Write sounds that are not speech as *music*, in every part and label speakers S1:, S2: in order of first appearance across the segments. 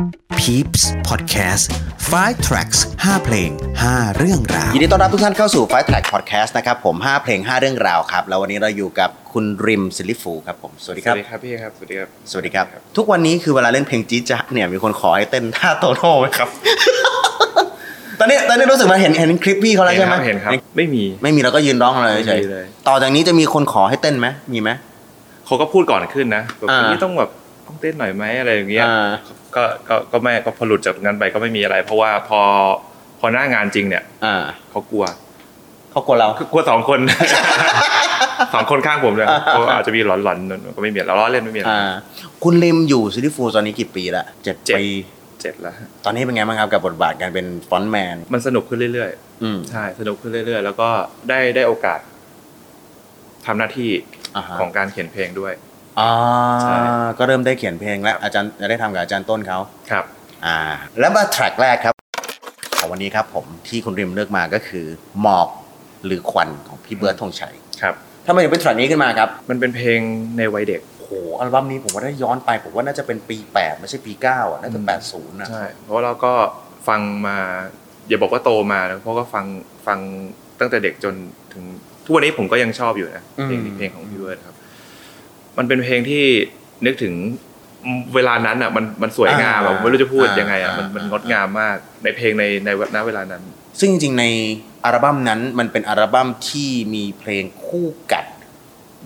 S1: Peeps Podcast 5 Tracks 5 เพลง 5 เรื่องราว
S2: ยินดีต้อนรับทุกท่านเข้าสู่ f i g h t Track Podcast นะครับผม 5 เพลง 5 เรื่องราวครับ แล้ววันนี้เราอยู่กับคุณริมศิลิฟูครับผม สวัสดี
S3: ส
S2: ครับ
S3: วัสดีครับพี่ครับ สวัสดีครับ
S2: สวัสดีครับ ทุกวันนี้คือเวลาเล่นเพลงจี๊ดจ๊ะเนี่ยมีคนขอให้เต้นท่าโตโน่ไหม
S3: *laughs*
S2: ครับ ตอนนี้ตอนนี้รู้สึกว่าเห็นเห็นคลิปพี่เขาแล้ว
S3: เห็
S2: ใช่
S3: น
S2: ไหม
S3: ครับเห็นครับ ไม่มี
S2: ไม่มีเราก็ยืนร้องของเราเฉย
S3: ไม่มีเลย
S2: ๆต่อจากนี้จะมีคนขอให้เต้นไหมมีไหม
S3: เขาก็พูดก่อนขึ้นนะแบบ
S2: อ่า
S3: วันนี้ต้องแบบต้องเต้นหน่อยไหมอะไรอย่างเงี้ย
S2: อ่า
S3: ก็ ก็ ก็ไม่ ก็พอหลุดจากงานไปก็ไม่มีอะไร เพราะว่าพอ พอหน้างานจริงเนี่ย
S2: อ่า
S3: เขากลัว
S2: เขากลัวเรา
S3: กลัวสองคน *laughs* สองคนข้างผมเลยเขาอาจจะมีหลอนๆก็ไม่มีเราล้อเล่นไม่มีอะไร
S2: อ่า คุณริมอยู่ซิลิฟูตอนนี้กี่ปีละเจ็ด
S3: เจ็ด
S2: ปี
S3: เจ็ดแล้วฮะ
S2: ตอนนี้เป็นไงบ้างครับกับบทบาทการเป็นฟอนต์แมน
S3: มันสนุกขึ้นเรื่อย
S2: อืม
S3: ๆ ใช่ สนุกขึ้นเรื่อยๆ แล้วก็ได้ได้โอกาสทำหน้าที่
S2: อ่าฮะ
S3: ของการเขียนเพลงด้วย
S2: อ่า
S3: ใช่
S2: ก็เริ่มได้เขียนเพลงแล้ว อาจารย์จะได้ทำกับอาจารย์ต้นเขา
S3: ครับ
S2: อ่า แล้วมาแทร็กแรกครับของวันนี้ครับผมที่คุณริมเลือกมาก็คือ หมอกหรือควันของพี่เบิร์ดธงชัย
S3: ครับ
S2: ทำไมถึงเป็นแทร็กนี้ขึ้นมาครับ
S3: มันเป็นเพลงในวัยเด็ก
S2: โอ้โหอัลบั้มนี้ผมว่าถ้าย้อนไป ผมว่าน่าจะเป็นปี 8 ไม่ใช่ปี 9 อ่ะ น่าจะ 80นะ
S3: ใช่เพราะเราก็ฟังมาอย่าบอกว่าโตมานะเพราะก็ฟังฟังตั้งแต่เด็กจนถึงทุกวันนี้ผมก็ยังชอบอยู่นะเพลงนี้เพลงของพี่เวิร์ดครับ มันเป็นเพลงที่นึกถึงเวลานั้นอ่ะมันมันสวยงามอะผมไม่รู้จะพูดยังไงอ่ะมันมันงดงามมากในเพลงในในณเวลานั้น
S2: ซึ่งจริงๆในอัลบั้มนั้นมันเป็นอัลบั้มที่มีเพลงคู่กัด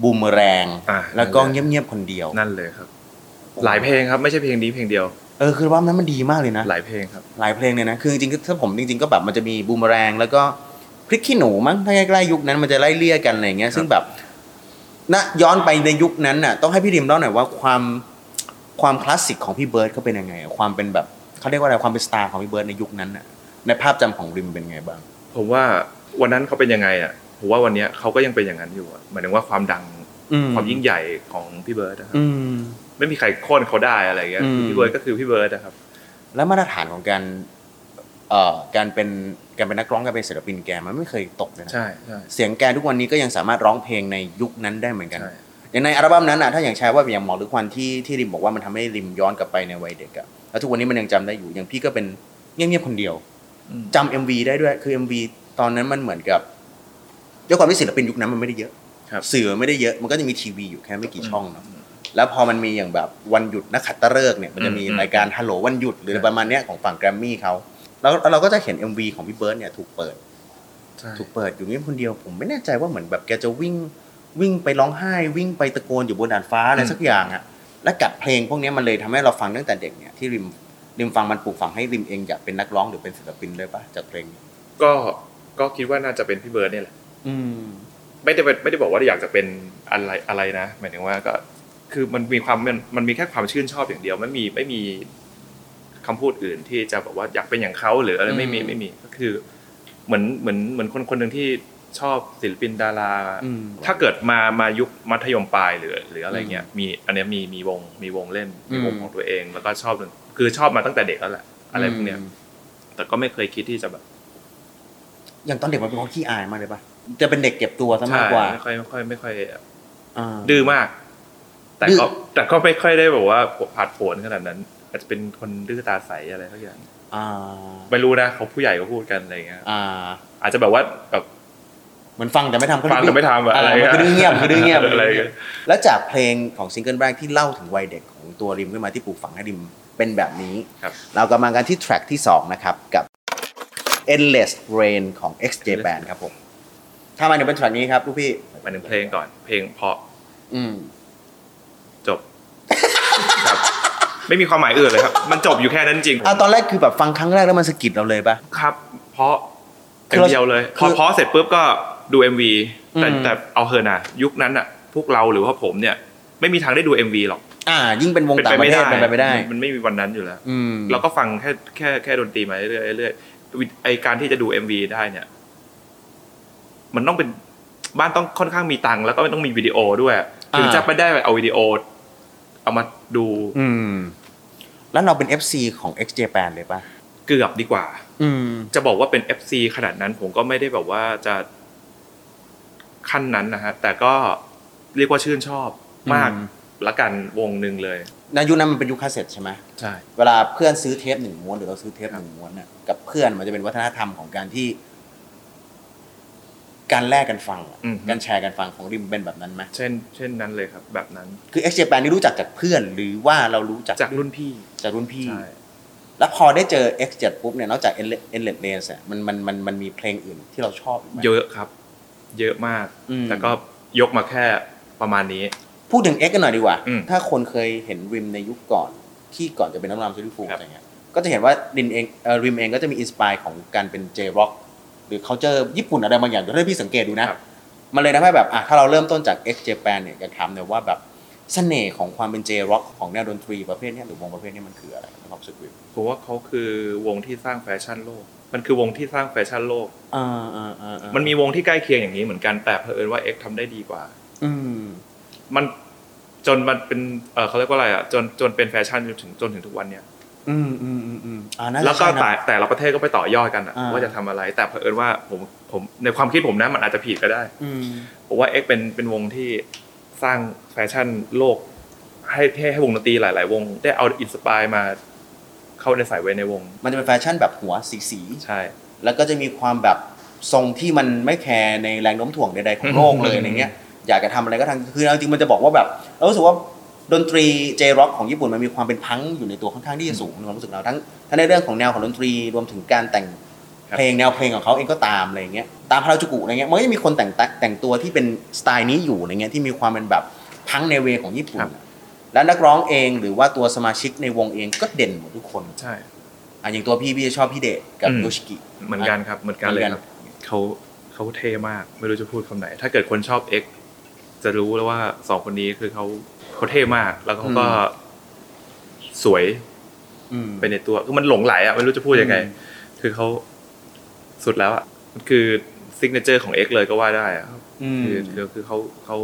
S2: บูมเมอแรง
S3: อ่า
S2: แล้วก็เงียบๆคนเดียว
S3: นั่นเลยครับ หลายเพลงครับไม่ใช่เพลงนี้เพลงเดียว
S2: เออคืออัลบั้มนั้นมันดีมากเลยนะ
S3: หลายเพลงครับ
S2: หลายเพลงเลยนะ คือจริงๆ ถ้าผมจริงๆ ก็แบบมันจะมีบูมแรงแล้วก็พริกขี้หนูมั้ง ถ้าใกล้ๆยุคนั้นมันจะไล่เลี่ยกันอะไรอย่างเงี้ย ซึ่งแบบณย้อนไปในยุคนั้นน่ะ ต้องให้พี่ดิมเล่าหน่อยว่าความความคลาสสิกของพี่เบิร์ดเขาเป็นยังไงอะความเป็นแบบเขาเรียกว่าอะไร ความเป็นสตาร์ของพี่เบิร์ดในยุคนั้นน่ะ ในภาพจำของริมเป็นไงบ้าง
S3: ผมว่าวันนั้นเขาเป็นยังไงอ่ะผมว่าวันเนี้ยเขาก็ยังเป็นอย่างนั้นอยู่อะหมายถึงว่าความดัง
S2: อืม
S3: ความยิ่งใหญ่ของพี่เบิร์ดนะครับ
S2: อืม
S3: ไม่มีใครโค่นเขาได้อะไรเงี้ย
S2: อืม
S3: พี่เบิร์ดก็คือพี่เบิร์ดนะครับ
S2: แล้วมาตรฐานของการเอ่อการเป็นการเป็นนักร้องการเป็นศิลปินแกมันไม่เคยตกเลยนะ
S3: ใช่ใช่
S2: เสียงแกทุกวันนี้ก็ยังสามารถร้องเพลงในยุคนั้นได้เหมือนกัน
S3: ใช่
S2: อย่างในอัลบั้มนั้นอะถ้าอย่างใช้ว่าอย่างหมอหรือควันที่ที่ริมบอกว่ามันทำให้ริมย้อนกลับไปในวัยเด็กอะแล้วทุกวันนี้มันยังจำได้อยู่อย่างพี่ก็เป็นเงียบๆคนเดียว
S3: อืม
S2: จำ MV ได้ด้วยคือ MV ตอนนั้นมันเหมือนกับด้วยความที่ศิลปินยุคนั้นมันไม่ได้เยอะ
S3: ครับ
S2: สื่อมันไม่ได้เยอะมันก็จะมีทีวีอยู่แค่ไม่กี่ช่องเนาะแล้วพอมันมีอย่างแบบวันหยุดนักขัตฤกษ์เนี่ยมันจะมีรายการฮัลโหลวันหยุดหรือประมาณเนี้ยของฝั่งแกรมมี่เขาแล้วแล้วเราก็จะเห็น MV ของพี่เบิร์ดเนี่ยถูกเปิด
S3: ใช่
S2: ถูกเปิดอยู่เงียบคนเดียวผมไม่แน่ใจว่าเหมือนแบบแกจะวิ่งวิ่งไปร้องไห้ วิ่งไปตะโกนอยู่บนดาดฟ้าอะไร
S3: อืม
S2: สักอย่างอะและกับเพลงพวกเนี้ยมันเลยทำให้เราฟังตั้งแต่เด็กเนี่ยที่ริมริมฟังมันปลูกฝังให้ริมเองอยากเป็นนักร้องหรือเป็นศิลปินด้วยปะจากเพลงนี้
S3: ก็ก็คิดว่าน่าจะเป็นพี่เบิร์ดเนี่ยแหละ
S2: อืม
S3: ไม่ได้เป็นไม่ได้บอกว่าอยากจะเป็นอะไรอะไรนะ หมายถึงว่าก็คือมันมีความมันมันมีแค่ความชื่นชอบอย่างเดียวไม่มีไม่มีคำพูดอื่นที่จะบอกว่าอยากเป็นอย่างเขาหรืออะไรไม่มี
S2: อืม
S3: ไม่มีก็คือเหมือนเหมือนเหมือนคนคนหนึ่งที่ชอบศิลปินดารา
S2: อืม
S3: ถ้าเกิดมามายุคมัธยมปลายหรือหรืออะไรเงี้ยมีอันเนี้ยมีมีวงมีวงเล่นมีวงของตัวเอง แล้วก็ชอบดนคือชอบมาตั้งแต่เด็กแล้วแหละอะไรพวกเนี้ย แต่ก็ไม่เคยคิดที่จะแบบ
S2: อย่างตอนเด็กมันเป็นคนขี้อายมากเลยปะจะเป็นเด็กเก็บตัวซะ
S3: ใช่
S2: มากกว่า
S3: ไม่ค่อยไม่ค่อยไม่ค่อย
S2: อ่า
S3: ดื้อมาก แต่
S2: ดื้อ
S3: ก็แต่ก็ไม่ค่อยได้แบบว่าผาดโผนขนาดนั้น อาจจะเป็นคนดื้อตาใสอะไรทักอย่าง
S2: อ่า
S3: ไม่รู้นะเขาผู้ใหญ่ก็พูดกันอะไรเงี้ย
S2: อ่า
S3: อาจจะแบบว่าแบบ
S2: เหมือนฟังแต่ไม่ทำก็
S3: ฟังแต่ไม่ทำอะไร
S2: มันก็ดื้อเงียบมันก็ดื้อเงียบ
S3: อะไรเงี้ย
S2: แล้วจากเพลงของซิงเกิลแรกที่เล่าถึงวัยเด็กของตัวริมขึ้นมาที่ปลูกฝังให้ริมเป็นแบบนี้
S3: ครับ
S2: เรากำลังกันที่แทร็กที่ 2 นะครับ กับ Endless Rain ของ XJ Band ครับผม ถ้ามาถึงเป็นแทร็กนี้ครับลูกพี่
S3: มาหนึ่งเพลงก่อน เพลงเพราะ
S2: อืม
S3: จบ ครับ ไม่มีความหมายอื่นเลยครับ มันจบอยู่แค่นั้นจริง
S2: อ่ะตอนแรกคือแบบฟังครั้งแรกแล้วมันสะกิดเราเลยปะ
S3: ครับ เพราะ
S2: คื
S3: อย่า
S2: อง เรา
S3: เดียวเลยพ
S2: คือ อ
S3: เพราะเสร็จปุ๊บก็ดู MV แต่
S2: อืม
S3: แต่เอาเถอะนะยุคนั้นอ่ะ พวกเราหรือว่าผมเนี่ย ไม่มีทางได้ดู MV หรอก
S2: อ่า ยิ่งเป็นวงต่างประเทศเป็นไปไม่ได้
S3: มันไม่มีวันนั้นอยู่แล้ว
S2: อืม
S3: เราก็ฟังแค่แค่แค่ดนตรีมาเรื่อยๆเรื่อยๆไอการที่จะดู MV ได้เนี่ย มันต้องเป็นบ้านต้องค่อนข้างมีตังค์แล้วก็ต้องมีวิดีโอด้วย ถึง
S2: อ่า
S3: จะไปได้เอาวิดีโอ เอามาดู
S2: อืม แล้วเราเป็น FC ของ XJ Band เลยปะ
S3: เกือบดีกว่า
S2: อืม
S3: จะบอกว่าเป็น FC ขนาดนั้น ผมก็ไม่ได้แบบว่าจะขั้นนั้นนะฮะ แต่ก็เรียกว่าชื่นชอบมาก
S2: อืม
S3: ละกันวงหนึ่งเลย
S2: ในยุคนั้นมันเป็นยุคคาสเซ็ตใช่ไหม
S3: ใช่
S2: เวลาเพื่อนซื้อเทปหนึ่งม้วนหรือเราซื้อเทปหนึ่งม้วนน่ะกับเพื่อนมันจะเป็นวัฒนธรรมของการที่ การแลกกันฟังอะการแชร์กันฟังของริมเป็นแบบนั้นไหม
S3: เช่น เช่นนั้นเลยครับ แบบนั้น
S2: คือเอ็กซ์เจแปนนี่รู้จักจากเพื่อน หรือว่าเรารู้จัก
S3: จากรุ่นพี่
S2: จากรุ่นพี่
S3: ใช่
S2: แล้วพอได้เจอ X7 ปุ๊บเนี่ยนอกจาก Endless Endless Nails อะมันมันมันมันมีเพลงอื่นที่เราชอบกไหม
S3: เยอะครับ เยอะมาก
S2: อืม
S3: แต่ก็ยกมาแค่ประมาณนี้
S2: พูดถึง X กันหน่อยดีกว่า
S3: อืม
S2: ถ้าคนเคยเห็นริมในยุคก่อน ที่ก่อนจะเป็นน้ำรามซูริฟู
S3: ครับ
S2: อะไรเงี้ยก็จะเห็นว่าริมเองเอ่อริมเองก็จะมีอินสปายของการเป็น J-Rock หรือ culture ญี่ปุ่นอะไรบางอย่างเดี๋ยวให้พี่สังเกตดูนะ มันเลยทำให้แบบอ่ะถ้าเราเริ่มต้นจาก X Japan เนี่ยอยากถามเนี่อยว่าแบบเสน่ห์ของความเป็น J-Rock ของแนวดนตรีประเภทเนี้ยหรือวงประเภทเนี้ยมันคืออะไรในความรู้สึกริม
S3: ผมว่าเขาคือวงที่สร้างแฟชั่นโลก มันคือวงที่สร้างแฟชั่นโลก
S2: อ่าอ่าอ่าอ่า
S3: มันมีวงที่ใกล้เคียงอย่างนี้เหมือนกันแต่เผอิญว่า X ทำได้ดีกว่า
S2: อืม
S3: มันจนมันเป็นเอ่อเขาเรียกว่าอะไรอ่ะจนจนเป็นแฟชั่นจนถึงจนถึงทุกวันเนี่ย
S2: อืมอืมอืมอืมอ่าน่าจะ
S3: แล้วก็
S2: ใช่นะ
S3: แต่แต่ละประเทศก็ไปต่อยอดกันอะ
S2: อ่า
S3: ว่าจะทำอะไร แต่เผอิญว่าผมผมในความคิดผมนะมันอาจจะผิดก็ได้
S2: อืม
S3: ผมว่า X เป็นเป็นวงที่สร้างแฟชั่นโลก ให้ให้ให้วงดนตรีหลาย ๆ วง ได้เอาอินสปายมาเข้าในสายเวในวง
S2: มันจะเป็นแฟชั่นแบบหัวสีสีๆ
S3: ใช่
S2: แล้วก็จะมีความแบบทรงที่มันไม่แคร์ในแรงโน้มถ่วงใดๆของโลกเลย
S3: อืม
S2: อะไรเงี้ยอยากจะทำอะไรก็ทำคือเอาจริงมันจะบอกว่าแบบเรารู้สึกว่าดนตรีเจร็อกของญี่ปุ่นมันมีความเป็นพังก์อยู่ในตัวค่อนข้างที่จะสูงในความรู้สึกเราทั้งทั้งในเรื่องของแนวของดนตรีรวมถึงการแต่งเพลงแนวเพลงของเขาเองก็ตามอะไรเงี้ยตามฮาราจูกุอะไรเงี้ยมันก็ยังมีคนแต่งแต่แต่งตัวที่เป็นสไตล์นี้อยู่อะไรเงี้ยที่มีความเป็นแบบพังก์ในเวของญี่ปุ่นและนักร้องเองหรือว่าตัวสมาชิกในวงเองก็เด่นหมดทุกคน
S3: ใช่
S2: อ่ะอย่างตัวพี่พี่จะชอบพี่เดชกับ
S3: อืม
S2: โยชิกิ
S3: เหมือนกันครับ เหมือนกันเลยครับเขาเขาเท่มาก ไม่รู้จะพูดคำไหน ถ้าเกิดคนชอบ X จะรู้แล้วว่าสองคนนี้คือเขาเขาเท่มาก แล้วเขาก็
S2: อื
S3: สวย
S2: อืม
S3: ไปในตัว คือมันหลงไหลอ่ะ ไม่รู้จะพูดยังไง
S2: อืม
S3: คือเขาสุดแล้วอ่ะ มันคือซิกเนเจอร์ของ X เลยก็ว่าได้อะครับ
S2: อืม
S3: คือคือคือเขาเขา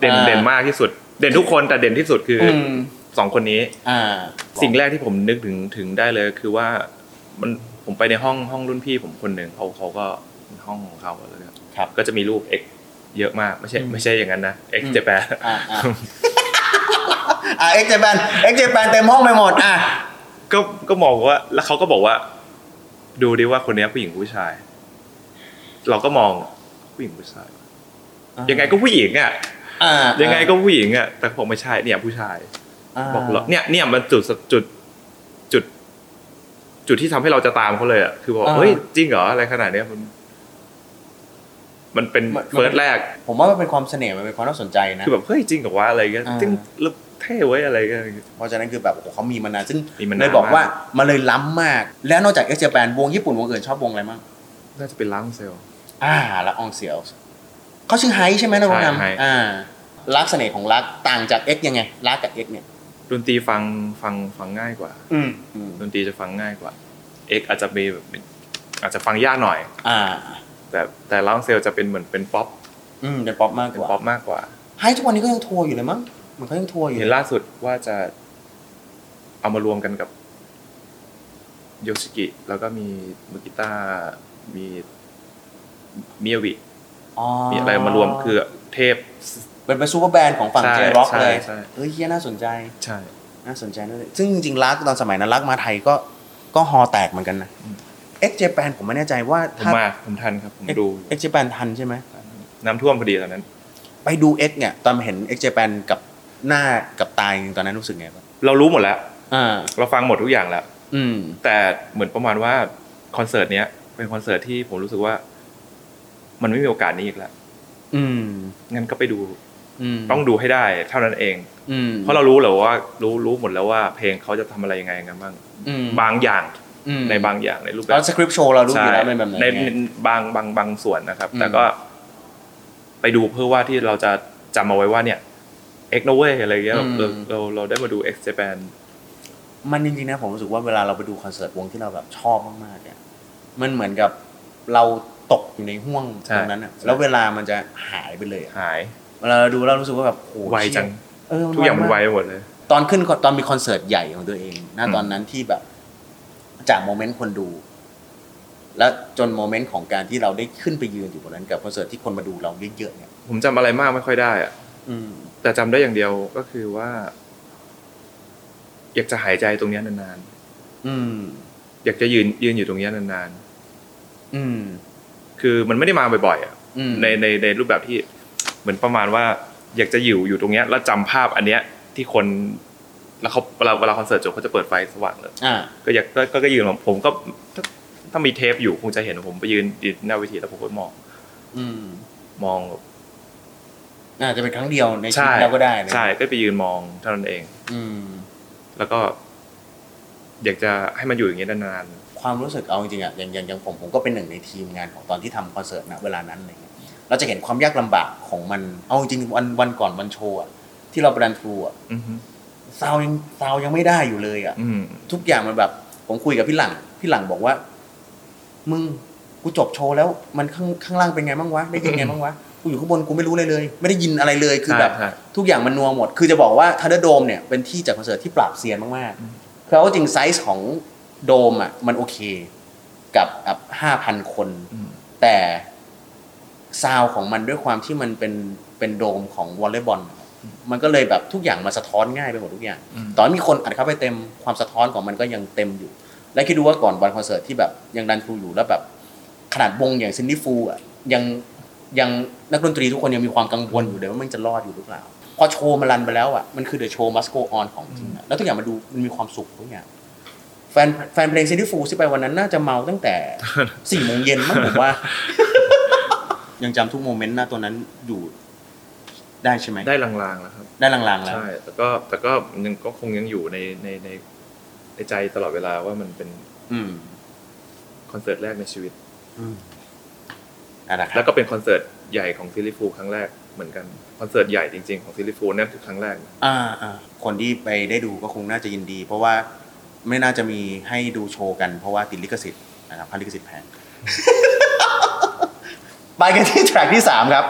S3: เด่น
S2: อ่า
S3: เด่นมากที่สุด เด่นทุกคน แต่เด่นที่สุดคืออ
S2: ม
S3: สองคนนี้
S2: อ่า
S3: สิ่งแรกที่ผมนึกถึงถึงได้เลยคือว่ามันผมไปในห้องห้องรุ่นพี่ผมคนหนึ่งเขาเขาก็ห้องของเขาอะไรเงี้ย
S2: ครับ
S3: ก็จะมีรูป X เยอะมากไม่ใช่
S2: อืม
S3: ไม่ใช่อย่างนั้นนะ X
S2: อืม
S3: เจแปน
S2: อ่าอ่าอ่าเอ็กเจแปนเอ็กเจแปนเต็มห้องไปหมดอ่ะ
S3: ก็ก็มองว่าแล้วเขาก็บอกว่า ดูดิว่าคนเนี้ยผู้หญิงหรือผู้ชาย เราก็มองผู้หญิงผู้ชาย ยังไงก็ผู้หญิงอ่ะ
S2: อ่า
S3: ยังไงก็ผู้หญิงอ่ะแต่ผมไม่ใช่เนี่ยผู้ชาย
S2: า
S3: บอกเหรอเนี่ยเนี่ยมันจุดสจุดจุด จุดที่ทำให้เราจะตามเขาเลยอ่ะคือบอกเฮ้ยจริงเหรออะไรขนาดเนี้ยมัน มันเป็นเฟิร์สแรก
S2: ผมว่ามันเป็นความเสน่ห์มันเป็นความน่าสนใจนะ
S3: คือแบบเฮ้ยจริงเหรอวะอะไรเงี้ย
S2: อ่า
S3: จริงแล้วเท่ไว้ยอะไรเงี้ย
S2: เพราะฉะนั้นคือแบบโอ้โหเขามีมานานซึ่ง
S3: มีมานาน
S2: เลยบอก
S3: มาก
S2: ว่ามันเลยล้ำมาก แล้วนอกจากเอ็กเจแปนวงญี่ปุ่นวงอื่นชอบวงอะไรมั่ง
S3: น่าจะเป็นล้างเซลล์
S2: อ่าละอองเสียวเขาชื่อไฮใช่ไหมนะน้อง
S3: ใช่ไฮ
S2: นำอ่ารักเสน่ห์ของรักต่างจากเอ็กยังไงรักกับเอ็กเนี่ย
S3: ดนตรีฟังฟังฟังง่ายกว่า
S2: อืมอืม
S3: ดนตรีจะฟังง่ายกว่าเอกอาจจะมีแบบอาจจะฟังยากหน่อย
S2: อ่า
S3: แต่แต่ล้างเซลล์จะเป็นเหมือนเป็นป๊อป
S2: อืมเป็นป๊อปมาก
S3: เป็
S2: ก
S3: น
S2: ว่า
S3: ป๊อปมากกว่า
S2: ไฮทุกวันนี้ก็ยังทัวร์อยู่เลยมั้งเหมือนเขายังทัวร์อยู่
S3: เห็นล่าสุดว่าจะเอามารวมกันกับโยชิกิ แล้วก็มีมือกีตาร์มีมิยาวิมีอะไรมารวมคือเทพ
S2: เป็นเป็นซูเปอร์แบรนด์ของฝั่ง
S3: ใช่
S2: เจร็อกเลย
S3: ใช่ใช่
S2: เอ้ยเฮียน่าสนใจ
S3: ใช่
S2: น่าสนใจนั่นเลยซึ่งจริงๆรักตอนสมัยนั้นรักมาไทยก็ก็ฮอแตกเหมือนกันนะเอ็กเจแปนผมไม่แน่ใจว่า
S3: ผม
S2: ถ้า
S3: มาผมทันครับ ผมดู
S2: เอ็กเจแปนทันใช่ไหม
S3: น้ำท่วมพอดีตอนนั้น
S2: ไปดูเอ็กเนี่ย ตอนเห็นเอ็กเจแปนกับหน้ากับตายจริงๆตอนนั้นรู้สึกไงบ้าง
S3: เรารู้หมดแล้ว
S2: อ่า
S3: เราฟังหมดทุกอย่างแล้ว
S2: อืม
S3: แต่เหมือนประมาณว่าคอนเสิร์ตเนี้ยเป็นคอนเสิร์ตที่ผมรู้สึกว่า มันไม่มีโอกาสนี้อีกแล้ว
S2: อืม
S3: งั้นก็ไปดู
S2: อืม
S3: ต้องดูให้ได้ เท่านั้นเอง
S2: อืม
S3: เพราะเรารู้แล้วว่ารู้รู้หมดแล้วว่า เพลงเขาจะทำอะไรยังไงกันบ้าง
S2: อืม
S3: บางอย่าง
S2: อืม
S3: ในบางอย่างในรูปแบ
S2: ตอน
S3: บ
S2: สคริปต์โชว์เรารู้อ
S3: ใช่
S2: ยู่แล้วเป็นแบบไหน
S3: ใน
S2: ไง
S3: บางบางบางส่วนนะครับ
S2: อืม
S3: แต่ก็ไปดูเพื่อว่าที่เราจะจำเอาไว้ว่าเนี่ยเอ็กโนเวอะไรเงี้ยแบบเราเราเราได้มาดูเอ็กเจแปน
S2: มันจริงๆนะผมรู้สึกว่าเวลาเราไปดูคอนเสิร์ตวงที่เราแบบชอบมากๆเนี่ยมันเหมือนกับเราตกอยู่ในห่วง
S3: ใช่
S2: ตรงนั้นอะ
S3: ใช่
S2: แล้วเวลามันจะหายไปเลยอะ
S3: หาย
S2: เวลาเราดูแล้วรู้สึกว่าแบบโอ้
S3: ไวจัง
S2: เออ
S3: ทุกอย่างมันไว
S2: ม
S3: ไปหมดเลย
S2: ตอนขึ้นตอนมีคอนเสิร์ตใหญ่ของตัวเองนะ
S3: อืม
S2: ตอนนั้นที่แบบ จากโมเมนต์คนดู และจนโมเมนต์ของการที่เราได้ขึ้นไปยืนอยู่บนนั้นกับคอนเสิร์ตที่คนมาดูเราเยอะๆเนี่ย
S3: ผมจำอะไรมากไม่ค่อยได้อะ
S2: อืม
S3: แต่จำได้อย่างเดียวก็คือว่า อยากจะหายใจตรงเนี้ยนาน
S2: อืม
S3: ๆอยากจะยืนยืนอยู่ตรงเนี้ยนาน
S2: อืม
S3: ๆคือมันไม่ได้มาบ่อยๆอ่ะ
S2: อืม
S3: ในในในรูปแบบที่เหมือนประมาณว่า อยากจะอยู่อยู่ตรงเนี้ยแล้วจำภาพอันเนี้ยที่คนแล้วเขาเวลาเวลาคอนเสิร์ตจบเขาจะเปิดไฟสว่างเลย
S2: อ่า
S3: ก็อยากก็ก็ก็ยืนผมผมก็ถ้าถ้ามีเทปอยู่คงจะเห็นผมไปยืนยืนหน้าเวทีแล้วผมก็มอง
S2: อืม
S3: มอง
S2: น่าจะเป็นครั้งเดียวในชี
S3: ใช่
S2: วิตเราก็ได้นะ
S3: ใช่ก็ไปยืนมองเท่านั้นเอง
S2: อืม
S3: แล้วก็ อยากจะให้มันอยู่อย่างนี้ยนาน
S2: ความรู้สึกเอาจริงๆอะอย่างอย่างอย่างผมผมก็เป็นหนึ่งในทีมงานของตอนที่ทำคอนเสิร์ตนะเวลานั้นอะไรเงี้ยเราจะเห็นความยากลำบากของมันเอาจริงๆวันวันก่อนวันโชว์อะที่เราไปดันทรูอะ
S3: ๆอือฮึ
S2: ซาวยังซาวยังไม่ได้อยู่เลยอะ
S3: อืม
S2: ทุกอย่างมันแบบ ผมคุยกับพี่หลังพี่หลังบอกว่า มึงกูจบโชว์แล้วมันข้างข้างล่างเป็นไงบ้างวะได้ยินไงบ้างวะกูอยู่ข้างบนกูไม่รู้เลยเลย ไม่ได้ยินอะไรเลยคือแบบ
S3: ใช่ใช่
S2: ทุกอย่างมันนัวหมด คือจะบอกว่าทันเดอร์โดมเนี่ยเป็นที่จัดคอนเสิร์ตที่ปราบเซียนมากๆเพราะว่าจริงไซส์ของโดมอ่ะมันโอเคกับกับห้าพันคน
S3: อืม
S2: แต่ซาวของมันด้วยความที่มันเป็นเป็นโดมของวอลเลย์บอลอะมันก็เลยแบบทุกอย่างมาสะท้อนง่ายไปหมดทุกอย่าง
S3: อืม
S2: ตอนมีคนอัดเข้าไปเต็มความสะท้อนของมันก็ยังเต็มอยู่ และคิดดูว่าก่อนวันคอนเสิร์ตที่แบบยังดันทรูอยู่แล้วแบบ ขนาดวงอย่างซินดี้ฟูอ่ะยังยังนักดนตรีทุกคนยังมีความกังวลอยู่เลยว่ามันจะรอดอยู่หรือเปล่า พอโชว์มันรันไปแล้วอ่ะมันคือเดอะโชว์มัสโกออนของจริงอะแล้วทุกอย่างมันดูมันมีความสุขทุกอย่าง แฟนแฟนเพลงซินดี้ฟูที่ไปวันนั้นน่าจะเมาตั้ง
S3: *laughs*
S2: แต่ สี่โมงเย็นมั้งผมว่า ยังจำทุกโมเมนต์หน้าตัวนั้นอยู่ได้ใช่ไหม
S3: ได้ลางๆแล้วครับ
S2: ได้ลางๆแล้ว
S3: ใช่ แต่ก็แต่ก็มันยังก็คงยังอยู่ในในในในใจตลอดเวลาว่ามันเป็น
S2: อืม
S3: คอนเสิร์ตแรกในชีวิต
S2: อ่ะนะครั
S3: แล้
S2: บ
S3: วก็เป็นคอนเสิร์ตใหญ่ของซิลลิฟูลครั้งแรกเหมือนกันคอนเสิร์ตใหญ่จริงๆของซิลลิฟูลนั่นคือครั้งแรก
S2: อ่าอ่าคนที่ไปได้ดูก็คงน่าจะยินดี เพราะว่าไม่น่าจะมีให้ดูโชว์กันเพราะว่าติดลิขสิทธิ์นะครับพันลิขสิทธิ์แพง *laughs* ไปกันที่แทร็กที่สามครับ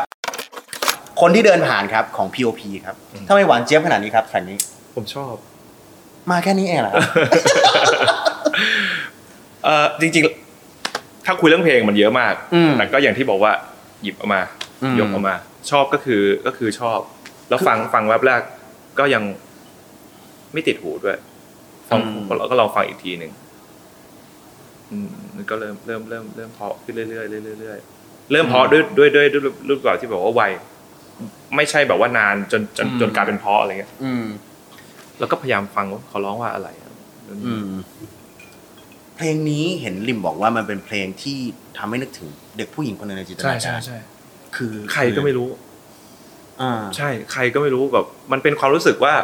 S2: คนที่เดินผ่านครับของ P.O.P ครับ
S3: อืม
S2: ถ้าไม่หวานเจี๊ยบขนาดนี้ครับแทร็กนี้
S3: ผมชอบ
S2: มาแค่นี้เอง
S3: *laughs*
S2: เหรอครับ
S3: เออจริงๆ ถ้าคุยเรื่องเพลงมันเยอะมาก
S2: อืม
S3: แต่ก็อย่างที่บอกว่าหยิบเออกมา
S2: อืม
S3: ยกเออกมา ชอบก็คือก็คือชอบ แล้วฟังฟังแวบแรกก็ยังไม่ติดหูด้วยฟัง
S2: อืม
S3: เราก็ลองฟังอีกทีหนึ่งอืมมันก็เริ่มเริ่มเริ่มเริ่มเพราะขึ้นเรื่อยๆเรื่อยๆเรื่อยๆเริ่มเพราะด้วยด้วยด้วยด้วยรูปแบบที่บอกว่าไวไม่ใช่แบบว่านานจนจนจนกลายเป็นเพราะอะไรเงี้ย
S2: อืม
S3: แล้วก็พยายามฟังว่าเขาร้องว่าอะไรอะ
S2: อืมเพลงนี้เห็นลิมบอกว่ามันเป็นเพลงที่ทำให้นึกถึงเด็กผู้หญิงคนหนึ่งในจินตนาการคือ
S3: ใครก็ไม่รู้
S2: อ่า
S3: ใช่ใครก็ไม่รู้แบบมันเป็นความรู้สึกว่า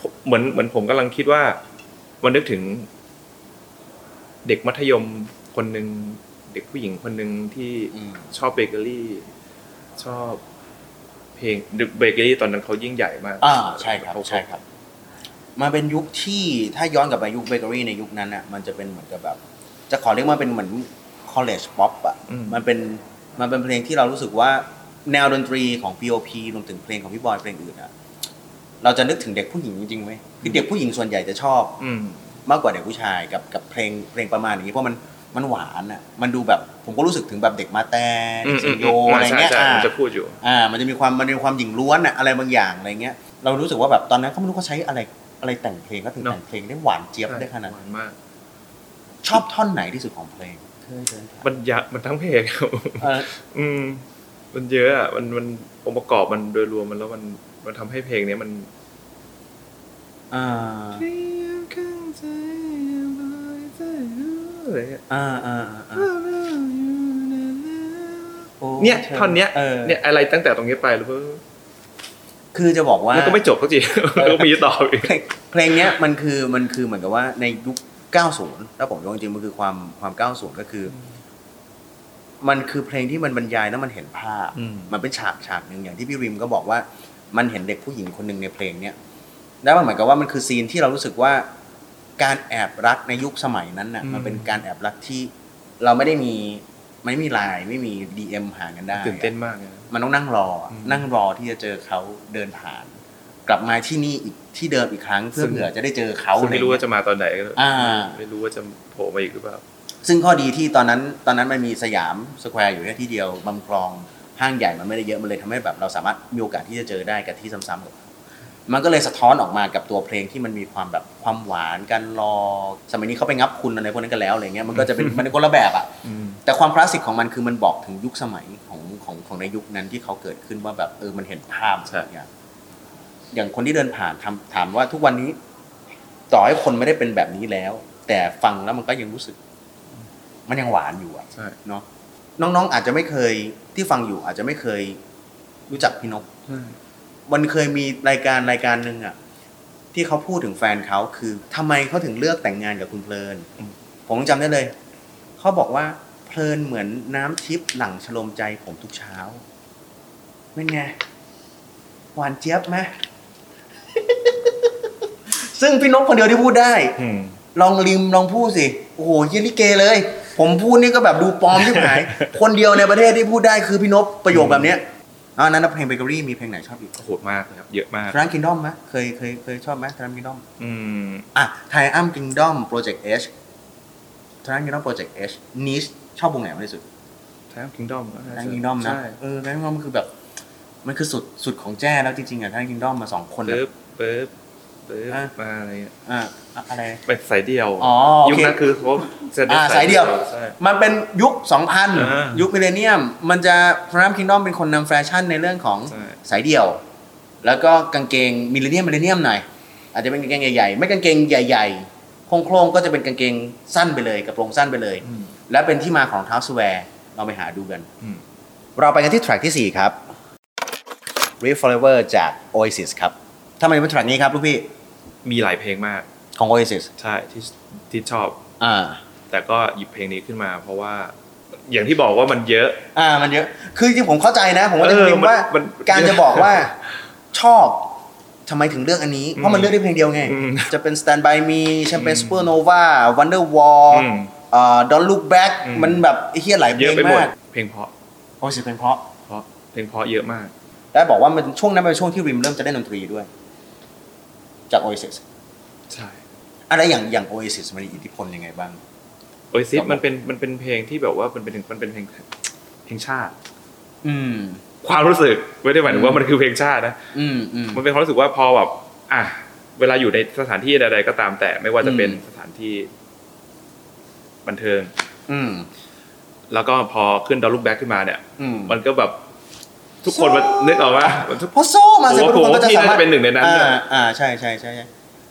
S3: ผมเหมือนเหมือนผมกำลังคิดว่า มันนึกถึง เด็กมัธยมคนหนึ่งเด็กผู้หญิงคนหนึ่งที่
S2: อืม
S3: ชอบเบเกอรี่ ชอบเพลงเบเกอรี่ตอนนั้นเขายิ่งใหญ่มาก
S2: อ่าใช่ครับ
S3: เขา
S2: ใช่ครับ มาเป็นยุคที่ถ้าย้อนกลับไปยุคเบเกอรี่ในยุคนั้นอ่ะมันจะเป็นเหมือนกับแบบ จะขอเรียกว่าเป็นเหมือน college pop อ่ะมันเป็นมันเป็นเพลงที่เรารู้สึกว่าแนวดนตรีของ P.O.P รวมถึงเพลงของพี่บอยเพลงอื่นอ่ะเราจะนึกถึงเด็กผู้หญิงจริงๆไหมคือเด็กผู้หญิงส่วนใหญ่จะชอบ
S3: อืม
S2: มากกว่าเด็กผู้ชายกับกับเพลงเพลงประมาณอย่างนี้เพราะมันมันหวานอ่ะมันดูแบบผมก็รู้สึกถึงแบบเด็กมาแต่เด็กสิงโยอะไรเงี้ย
S3: ใช่ใช่
S2: อ่า
S3: ผมจะพูดอยู่
S2: อ่า มันจะมีความมันมีความหญิงล้วนอ่ะอะไรบางอย่างอะไรเงี้ยเรารู้สึกว่าแบบตอนนั้นก็ไม่รู้เขาใช้อะไรอะไรแต่งเพลงก็ถึง
S3: เนอะ
S2: แต่งเพลงได้หวานเจี๊ยบได้ขนาด
S3: ห
S2: นั้น
S3: วานมาก
S2: ชอบท่อนไหนที่สุดของเพลงเคยเดินผ่าน
S3: มันยะมันทั้งเพลง
S2: เออ
S3: *laughs* อืม มันเยอะอ่ะมันมันองค์ประกอบมันโดยรวมมันแล้วมันมันทำให้เพลงเนี้ยมัน
S2: อ่าอ่าอ่าอ่าอ่าโอ้
S3: เนี่ย
S2: ธ
S3: ท่อนเนี้ย
S2: ออ
S3: เนี่ยอะไรตั้งแต่ตรงนี้ไปหรือเปล่า
S2: คือจะบอกว่า
S3: แล้วก็ไม่จบสักที *laughs* แล้วก็มีต่ออีก
S2: เพลงเพลงเนี้ยมันคือมันคือเหมือนกับว่าในยุค 90 แล้วผมยกจริงๆมันคือความความ 90 ก็คืออมันคือเพลงที่มันบรรยายแล้วมันเห็นภาพ
S3: อืม
S2: มันเป็นฉากฉากหนึ่งอย่างที่พี่ริมก็บอกว่า มันเห็นเด็กผู้หญิงคนหนึ่งในเพลงเนี้ยแล้วมันเหมือนกับว่ามันคือซีนที่เรารู้สึกว่า การแอบรักในยุคสมัยนั้นน่ะ มันเป็นการแอบรักที่เราไม่ได้มีไม่มีไลน์ไม่มี DM หากันได้
S3: ตื่นเต้นมากเลยนะ
S2: มันต้องนั่งรออะ
S3: อืม
S2: นั่งรอที่จะเจอเขาเดินผ่าน กลับมาที่นี่อีกที่เดิมอีกครั้งเพื่
S3: ซึ่
S2: อง เผื่อจะได้เจอเขา
S3: ซึ่ง
S2: อะไร
S3: ไม่รู้
S2: เงี้
S3: ว่าย จะมาตอนไหนก็
S2: อ่า
S3: ไม่รู้ว่าจะโผล่มาอีกหรือเปล่า
S2: ซึ่งข้อดีที่ตอนนั้นตอนนั้นมันมีสยามสแควร์อยู่แค่ที่เดียวบางคลองห้างใหญ่มันไม่ได้เยอะมันเลยทำให้แบบเราสามารถมีโอกาสที่จะเจอได้กับที่ซ้ำๆกับ มันก็เลยสะท้อนออกมากับตัวเพลงที่มันมีความแบบความหวานการรอ สมัยนี้เขาไปงับคุณอะไรพวกนั้นกันแล้วอะไรเงี้ยมันก็จะเป็น *laughs* มันคนละแบบอ่ะ
S3: อืม
S2: แต่ความคลาสสิกของมันคือมันบอกถึงยุคสมัยของของของในยุคนั้นที่เขาเกิดขึ้นว่าแบบเออมันเห็นภาพ
S3: ใช่
S2: อย่างอย่างคนที่เดินผ่านทำถามว่าทุกวันนี้ ต่อให้คนไม่ได้เป็นแบบนี้แล้ว แต่ฟังแล้วมันก็ยังรู้สึก มันยังหวานอยู่อะ
S3: ใช่
S2: เนาะน้องๆอาจจะไม่เคยที่ฟังอยู่ อาจจะไม่เคยรู้จักพี่นก มันเคยมีรายการรายการหนึ่งอะที่เขาพูดถึงแฟนเขาคือทำไมเขาถึงเลือกแต่งงานกับคุณเพลิน
S3: อืม
S2: ผมยังจำได้เลย เขาบอกว่าเพลินเหมือนน้ำทิพย์หลั่งชโลมใจผมทุกเช้าเป็นไง หวานเจี๊ยบไหม *laughs* ซึ่งพี่นกคนเดียวที่พูดได้
S3: อืม
S2: ลองริมลองพูดสิ โอ้โหเยี่ยลิเกเลย ผมพูดนี่ก็แบบดูปลอมที่หาย คนเดียวในประเทศที่พูดได้คือพี่นพประโยคแบบเนี้ยอ่านั้นนะเพลงเบเกอรี่มีเพลงไหนชอบอีก
S3: โหดมากนะครับ เยอะมาก
S2: ทรัมกินดอมไหมเคยเคยเคยชอบไหมทรัมกินดอม
S3: อืม
S2: อ่ะไทอัมกินดอมโปรเจกต์เอชทรัมกินดอมโปรเจกต์เอชนิชชอบวงไหนมากที่สุด
S3: Time Kingdom ก็า
S2: ทรั
S3: จะ
S2: มกินดอมนะ
S3: ใช่
S2: เออทรัมกินดอมมันคือแบบ มันคือสุดสุดของแจ้แล้วจริงๆอ่ะทรัมกินดอมมาสองคนนะ
S3: ปึ๊บปึ๊บปึ๊บ
S2: อ่ะ
S3: มาอะไรเงี้ย
S2: อ่าอะอะไร
S3: เป็นสายเดียว
S2: อ๋อโอเค
S3: ยุคนั้นคือเขาจะได้
S2: อ่าสายเดี่ยว
S3: ใช่
S2: มันเป็นยุค
S3: อ่า
S2: 2000 ยุคมิเลเนียม มันจะพระรามคิงดอมเป็นคนนำแฟชั่นในเรื่องของ
S3: ใช่
S2: สายเดี่ยว แล้วก็กางเกงมิเลเนียมมิเลเนียมหน่อย อาจจะเป็นกางเกงใหญ่ๆ ไม่กางเกงใหญ่ๆ โครงๆ ก็จะเป็นกางเกงสั้นไปเลยกับโปรงสั้นไปเลย
S3: อืม
S2: และเป็นที่มาของเท้าสแวร์เราไปหาดูกัน
S3: อืม
S2: เราไปกันที่แทร็กทีสี่ 4 ครับ r e f o r e v e r จาก Oasis ครับทำไมเป็นแทร็กนี้ครับลูกพี่
S3: มีหลายเพลงมาก
S2: ของ Oasis
S3: ใช่ที่ที่ชอบ
S2: อ่า
S3: แต่ก็หยิบเพลงนี้ขึ้นมา เพราะว่าอย่างที่บอกว่ามันเยอะ
S2: อ่ามันเยอะ คือจริงๆผมเข้าใจนะ ผมก็จะ
S3: เออ
S2: พิมพ์ว่า
S3: มัน
S2: การจะบอกว่า ชอบทำไมถึงเลือกอันนี้ เพราะมัน
S3: อืม
S2: เลือกได้เพลงเดียวไง
S3: อืม
S2: จะเป็น Stand By Me Champagne
S3: อืม
S2: Supernova Wonderwall
S3: อืม
S2: เอ่อ Don't Look Back
S3: อืม
S2: มันแบบไอ้เฮียหลายเพ
S3: เย
S2: ล
S3: อะ
S2: ง
S3: ไปหมด
S2: มาก
S3: เพลงเพราะ
S2: โอ้สิเป็นเพราะ
S3: เพราะเพลงเพราะเยอะมาก
S2: ได้บอกว่ามันช่วงนั้นเป็นช่วงที่ริมเริ่มจะได้ดนตรีด้วย จาก Oasis
S3: ใช่
S2: อะไรอย่างอย่าง Oasis มันมีอิทธิพลยังไงบ้าง
S3: โอซิ
S2: ค
S3: ส
S2: รับ
S3: มันเป็นมันเป็นเพลงที่แบบว่ามันเป็นมันเป็นเพลงเพลงชาติ
S2: อืม
S3: ความรู้สึกไม่ได้หมายถึงว่ามันคือเพลงชาตินะ
S2: อืมอืม
S3: มันเป็นความรู้สึกว่าพอแบบอ่ะเวลาอยู่ในสถานที่ใด ๆ ก็ตามแต่ไม่ว่าจะเป็น
S2: อืม
S3: สถานที่ บันเทิง
S2: อืม
S3: แล้วก็พอขึ้นดอลลูกแบ็กขึ้นมาเนี่ย
S2: อืม
S3: มันก็แบบ ทุกคนมันนึกออกว่ามันทุก
S2: พอโซ่มาเสร็จ
S3: ผมว่า
S2: ทุกคนก็จะ
S3: ผมว่าพี่
S2: สามารถ
S3: น่าจะเป็นหนึ่งในนั้นด้วย
S2: อ่าอ่าใช่ใช่ใช่ใช่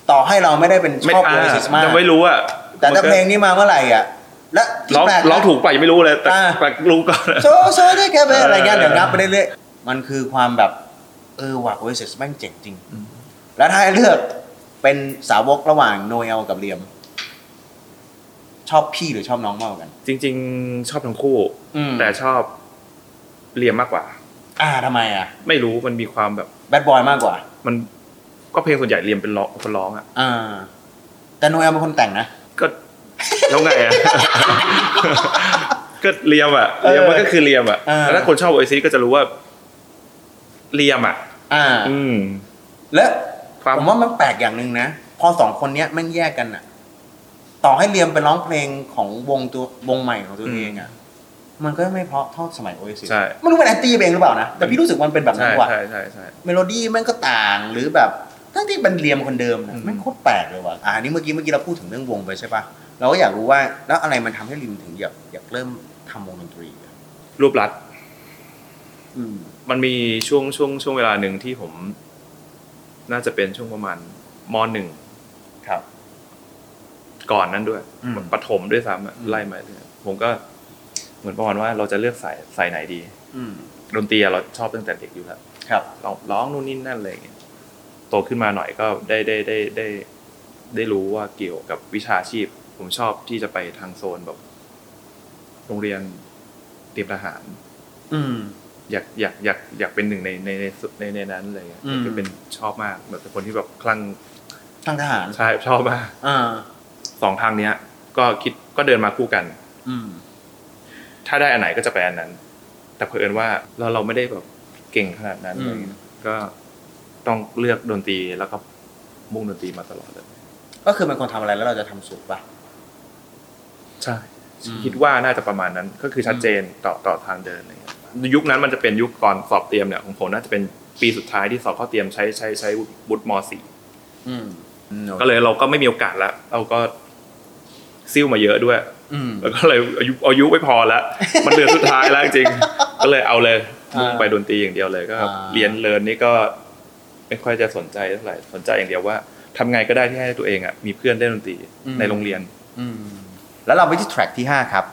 S2: ต่อให้เราไม่ได้เป็นช
S3: ไม่
S2: อบ
S3: อ่า
S2: Oasis มาก
S3: ยังไม่รู้อ่ะ
S2: แต่
S3: มัน
S2: ถ้า
S3: ก็
S2: เพลงนี้มาเมื่อไหร่อ่ะ และที่
S3: ร้อง
S2: แปลกนะ
S3: ร้องถูกไปะยังไม่รู้เลย แต่
S2: อ่า
S3: แต่รู้ก่อน
S2: โซโซได้แค่เป็นอะไรเงี้ย
S3: เออ
S2: เดี๋ยวนับไปเรื่อยๆมันคือความแบบ เออว่ะโอเอซิสแม่งเจ๋งจริง
S3: อืม
S2: แล้วถ้าให้เลือกเป็นสาวกระหว่างโนเอลกับเรียม ชอบพี่หรือชอบน้องมากกว่ากัน
S3: จริง ๆ ชอบทั้งคู่
S2: อืม
S3: แต่ชอบเรียมมากกว่า
S2: อ่าทำไมอ่ะ
S3: ไม่รู้มันมีความแบบ
S2: แบดบอยมากกว่า
S3: มันก็เพลงส่วนใหญ่เรียมเป็นร้องคนร้องอ่ะ
S2: อ่า แต่โนเอลเป็นคนแต่งนะ
S3: ก็แล้วไง
S2: *laughs*
S3: อ่ะ ก็เลียมอ่ะเลียมมันก็คือเลียมอ่ะ
S2: เออ
S3: แล้วถ้าคนชอบโอซิสก็จะรู้ว่าเลียมอ่ะ
S2: อ่า
S3: อืม
S2: และ
S3: ครับ
S2: ผมว่ามันแปลกอย่างหนึ่งนะ พอสองคนเนี้ยแม่งแยกกันอะต่อให้เรียมไปร้องเพลงของวงตัววงใหม่ของตัวเองอะมันก็ไม่เพราะเท่าสมัยโอเอซิ
S3: ใช่
S2: ไม่รู้เป็นแอนตี้เองหรือเปล่านะ แต่พี่รู้สึกมันเป็นแบบนั้
S3: ใช่
S2: นกว่า
S3: ใช่ใช่ใช่
S2: เมโลดี้แม่งก็ต่างหรือแบบทั้งที่เป็นเรียมคนเดิมนะ
S3: อืม
S2: แม่งโคตรแปลกเลยว่ะอ่าอันนี่เมื่อกี้เมื่อกี้เราพูดถึงเรื่องวงไปใช่ปะเราก็อยากรู้ว่าแล้วอะไรมันทำให้ริมถึงอยากอยากเริ่มทำวงดนตรีอะ
S3: รูปลัด
S2: อืม
S3: มันมีช่วงช่วงช่วงเวลาหนึ่งที่ผม น่าจะเป็นช่วงประมาณมหนึ่ง
S2: ครับ
S3: ก่อนนั้นด้วย
S2: อืม
S3: ปฐมด้วยซ้ำอะ
S2: อืม
S3: ไล่มาเรื่อยผมก็ เหมือนประมาณว่าเราจะเลือกสายสายไหนดี
S2: อืม
S3: ดนตรีอะเราชอบตั้งแต่เด็กอยู่แล้ว
S2: ครับ
S3: ร้องร้องนู่นนี่นั่นอะไรอย่างเงี้ยโตขึ้นมาหน่อยก็ได้ได้ได้ได้ ได้รู้ว่าเกี่ยวกับวิชาชีพ ผมชอบที่จะไปทางโซนแบบ โรงเรียนเตรียมทหาร
S2: อืม
S3: อยากอยากอยากอยากเป็นหนึ่งในในในในในนั้นอะไรอย่างเงี้ย
S2: อืม
S3: ก็เป็นชอบมากแบบเป็นคนที่แบบคลั่ง
S2: ทางทหาร
S3: ใช่ชอบมาก
S2: อ่า
S3: สองทางเนี้ย ก็คิดก็เดินมาคู่กัน
S2: อืม
S3: ถ้าได้อันไหนก็จะไปอันนั้น แต่เผอิญว่าเราเราไม่ได้แบบเก่งขนาดนั้น
S2: อืม
S3: อะไรอย่างเงี้ยก็ต้องเลือกดนตรีแล้วก็มุ่งดนตรีมาตลอดเลย
S2: ก็คือเป็นคนทำอะไรแล้วเราจะทำสุดป่ะ
S3: ใช่
S2: อืม
S3: คิดว่าน่าจะประมาณนั้นก็คือชัดเจนต่อต่อทางเดินอะไรเงี้ยยุคนั้นมันจะเป็นยุคก่อนสอบเตรียมเนี่ยของผมน่าจะเป็น ปีสุดท้ายที่สอบเข้าเตรียมใช้ใช้ใช้วุฒิมสี่
S2: อืมอืม
S3: ก็เลยเราก็ไม่มีโอกาสละเราก็ซิ่วมาเยอะด้วย
S2: อืม
S3: แล้วก็เลยอายุอายุไม่พอแล้ว มันเดือนสุดท้ายแล้วจริงๆก็เลยเอาเลย
S2: อ่า
S3: ไปดนตรีอย่างเดียวเลยก็
S2: อ่า
S3: เรียนเรียนนี่ก็ไม่ค่อยจะสนใจเท่าไหร่สนใจอย่างเดียวว่าทำไงก็ได้ที่ให้ตัวเองอ่ะมีเพื่อนเล่นดนตรีในโรงเรียน
S2: อืมแล้วเราไปที่แทร็กที่ 5 ครับ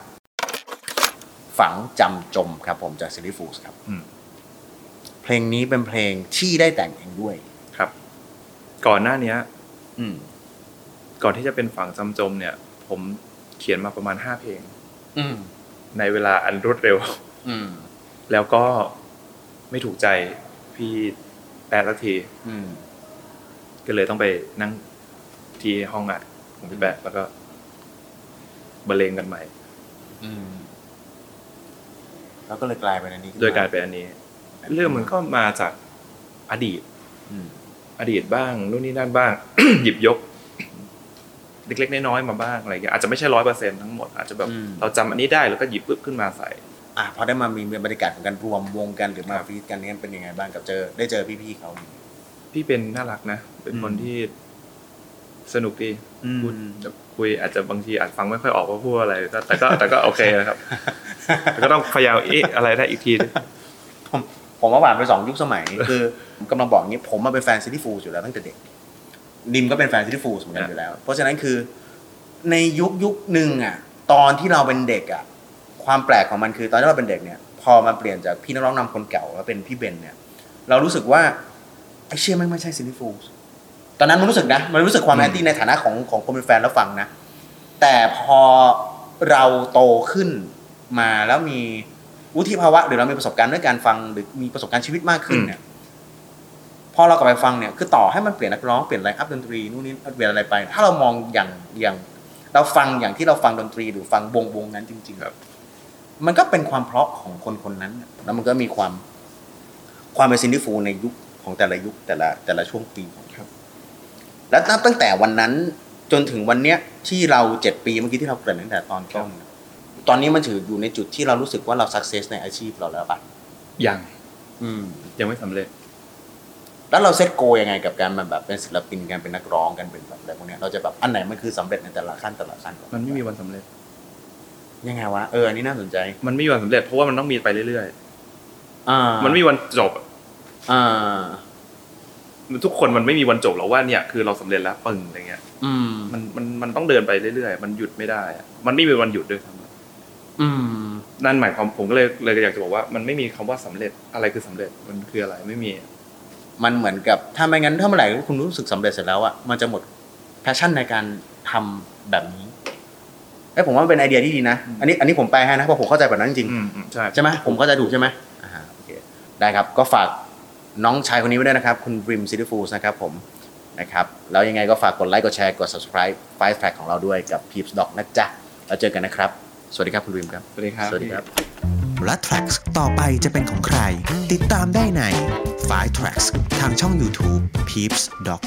S2: ฝังจำจมครับผมจากซิลิฟูสครับ
S3: อืม
S2: เพลงนี้เป็นเพลงที่ได้แต่งเองด้วย
S3: ครับ ก่อนหน้าเนี้ย
S2: อืม
S3: ก่อนที่จะเป็นฝังจำจมเนี่ย ผมเขียนมาประมาณห้าเพลง
S2: อืม
S3: ในเวลาอันรวดเร็ว
S2: อืม
S3: แล้วก็ไม่ถูกใจพี่แปดสักที
S2: อืม
S3: ก็เลยต้องไปนั่งที่ห้องอัดของพี่แปะแล้วก็บรรเลงกันใหม่
S2: อืม แล้วก็เลยกลายเป็นอันนี้ขึ้นม
S3: โดยการเป็นอันนี้ เรื่องมันก็มาจากอดีต
S2: อืม
S3: อดีตบ้างนู่นนี่นั่นบ้าง *coughs* หยิบยก เล็กๆน้อยๆมาบ้างอะไรอย่างเงี้ยอาจจะไม่ใช่ร้อยเปอร์เซ็นทั้งหมดอาจจะแบบ
S2: อืม
S3: เราจำอันนี้ได้แล้วก็หยิบปึ๊บขึ้นมาใส่
S2: อ่ะพอได้มามีบรรยากาศของการรวมวงกันหรือมาฟีดกันเนี่ยเป็นยังไงบ้างกับเจอ ได้เจอพี่ๆเขา
S3: พี่เป็นน่ารักนะ เป็นคน
S2: อืม
S3: ที่สนุกดี
S2: อื
S3: พูดคุยอาจจะบางทีอาจฟังไม่ค่อยออกว่าพูดอะไรแต่แต่ก็แต่ก็โอเค
S2: *laughs*
S3: นะครับแต่ก็ต้องพยายามเอ๊ะอะไรได้อีกที
S2: ผมว่าหวานไปสองยุคสมัย คือกำลังบอกอย่างนี้ผมมาเป็นแฟนซิตี้ฟูลส์อยู่แล้วตั้งแต่เด็กนิมก็เป็นแฟนซิตี้ฟูลส์เหมือนกันอยู่แล้ว เพราะฉะนั้นคือในยุคยุคหนึ่งอ่ะ ตอนที่เราเป็นเด็กอ่ะ ความแปลกของมันคือตอนที่เราเป็นเด็กเนี่ย พอมาเปลี่ยนจากพี่นักร้องนำคนเก่ามาเป็นพี่เบนเนี่ย เรารู้สึกว่าไอ้เชี่ยไม่งไม่ใช่ซิตี้ฟูลส์ตอนนั้นมันรู้สึกนะ มันรู้สึกความ
S3: อืม
S2: แอนตี้ในฐานะของของคนเป็นแฟนแล้วฟังนะ แต่พอเราโตขึ้นมาแล้วมีวุฒิภาวะ หรือเรามีประสบการณ์เรื่องการฟังหรือมีประสบการณ์ชีวิตมากขึ้นเนี่ยพอเรากลับไปฟังเนี่ยคือต่อให้มันเปลี่ยนนักร้องเปลี่ยนไลน์อัพดนตรีนู่นนี่เปลี่ยนอะไรไป ถ้าเรามองอย่างอย่างเราฟังอย่างที่เราฟังดนตรีหรือฟังวงวงนั้นจริงๆ
S3: ครับ
S2: มันก็เป็นความเพราะของคนคนนั้นน่ะแล้วมันก็มีความความเป็นซินดิฟูในยุคของแต่ละยุคแต่ละแต่ละช่วงปีของ แล้วนับตั้งแต่วันนั้นจนถึงวันเนี้ยที่เราเจ็ดปีเมื่อกี้ที่เราเกริ่นตั้งแต่ตอนต้นนะตอนนี้มันถืออยู่ในจุดที่เรารู้สึกว่าเราสักเซสในอาชีพเราแล้วปะ
S3: ยังยังไม่สำเร็จ
S2: แล้วเราเซตโกยังไงกับการมาแบบเป็นศิลปินการเป็นนักร้องกันเป็นแบบอะไรพวกเนี้ยเราจะแบบอันไหนมันคือสำเร็จในแต่ละขั้นแต่ละขั้นของ
S3: มันไม่มีวันสำเร็จ
S2: ยังไงวะเอออันนี้น่าสนใจ
S3: มันไม่มีวันสำเร็จเพราะว่ามันต้องมีไปเรื่อย
S2: อ่า
S3: ๆ มั
S2: มัน
S3: ไม่มีวันจบอะ
S2: อ่า
S3: ทุกคนมันไม่มีวันจบหรอกว่าเนี่ยคือเราสำเร็จแล้วปึ้งอะไรเงี้ย
S2: อืม
S3: มันมันมันต้องเดินไปเรื่อยๆ มันหยุดไม่ได้อะมันไม่มีวันหยุดด้วยซ้
S2: อืม
S3: ำนั่นหมายความผมก็เลยเลยอยากจะบอกว่า มันไม่มีคำว่าสำเร็จอะไรคือสำเร็จมันคืออะไรไม่มี
S2: มันเหมือนกับถ้าไม่งั้นถ้าเมื่อไหร่คุณรู้สึกสำเร็จเสร็จแล้วอ่ะมันจะหมดแพชชั่นในการทำแบบนี้ไอ้ยผมว่ามันเป็นไอเดียที่ดีนะอันนี้อันนี้ผมแปลให้นะเพราะผมเข้าใจแบบนั้นจริงๆ
S3: อืมอืมใช่
S2: ใช่ไหมผมก็จะถูกใช่ไหมอ่าโอเคได้ครับ ก็ฝากน้องชายคนนี้ไว้ด้วยนะครับ คุณริมซิตี้ฟูสนะครับผมนะครับแล้วยังไงก็ฝากกดไลค์กดแชร์กด subscribe ไฟล์แฟลกของเราด้วยกับ Peeps Doc นะจ๊ะแล้วเจอกันนะครับ สวัสดีครับคุณริมครับ
S3: สวัสดีครับ
S2: สวัสดีครับ
S1: และ Tracks ต่อไปจะเป็นของใคร ติดตามได้ใน f i Tracks ทางช่อง YouTube Peeps Doc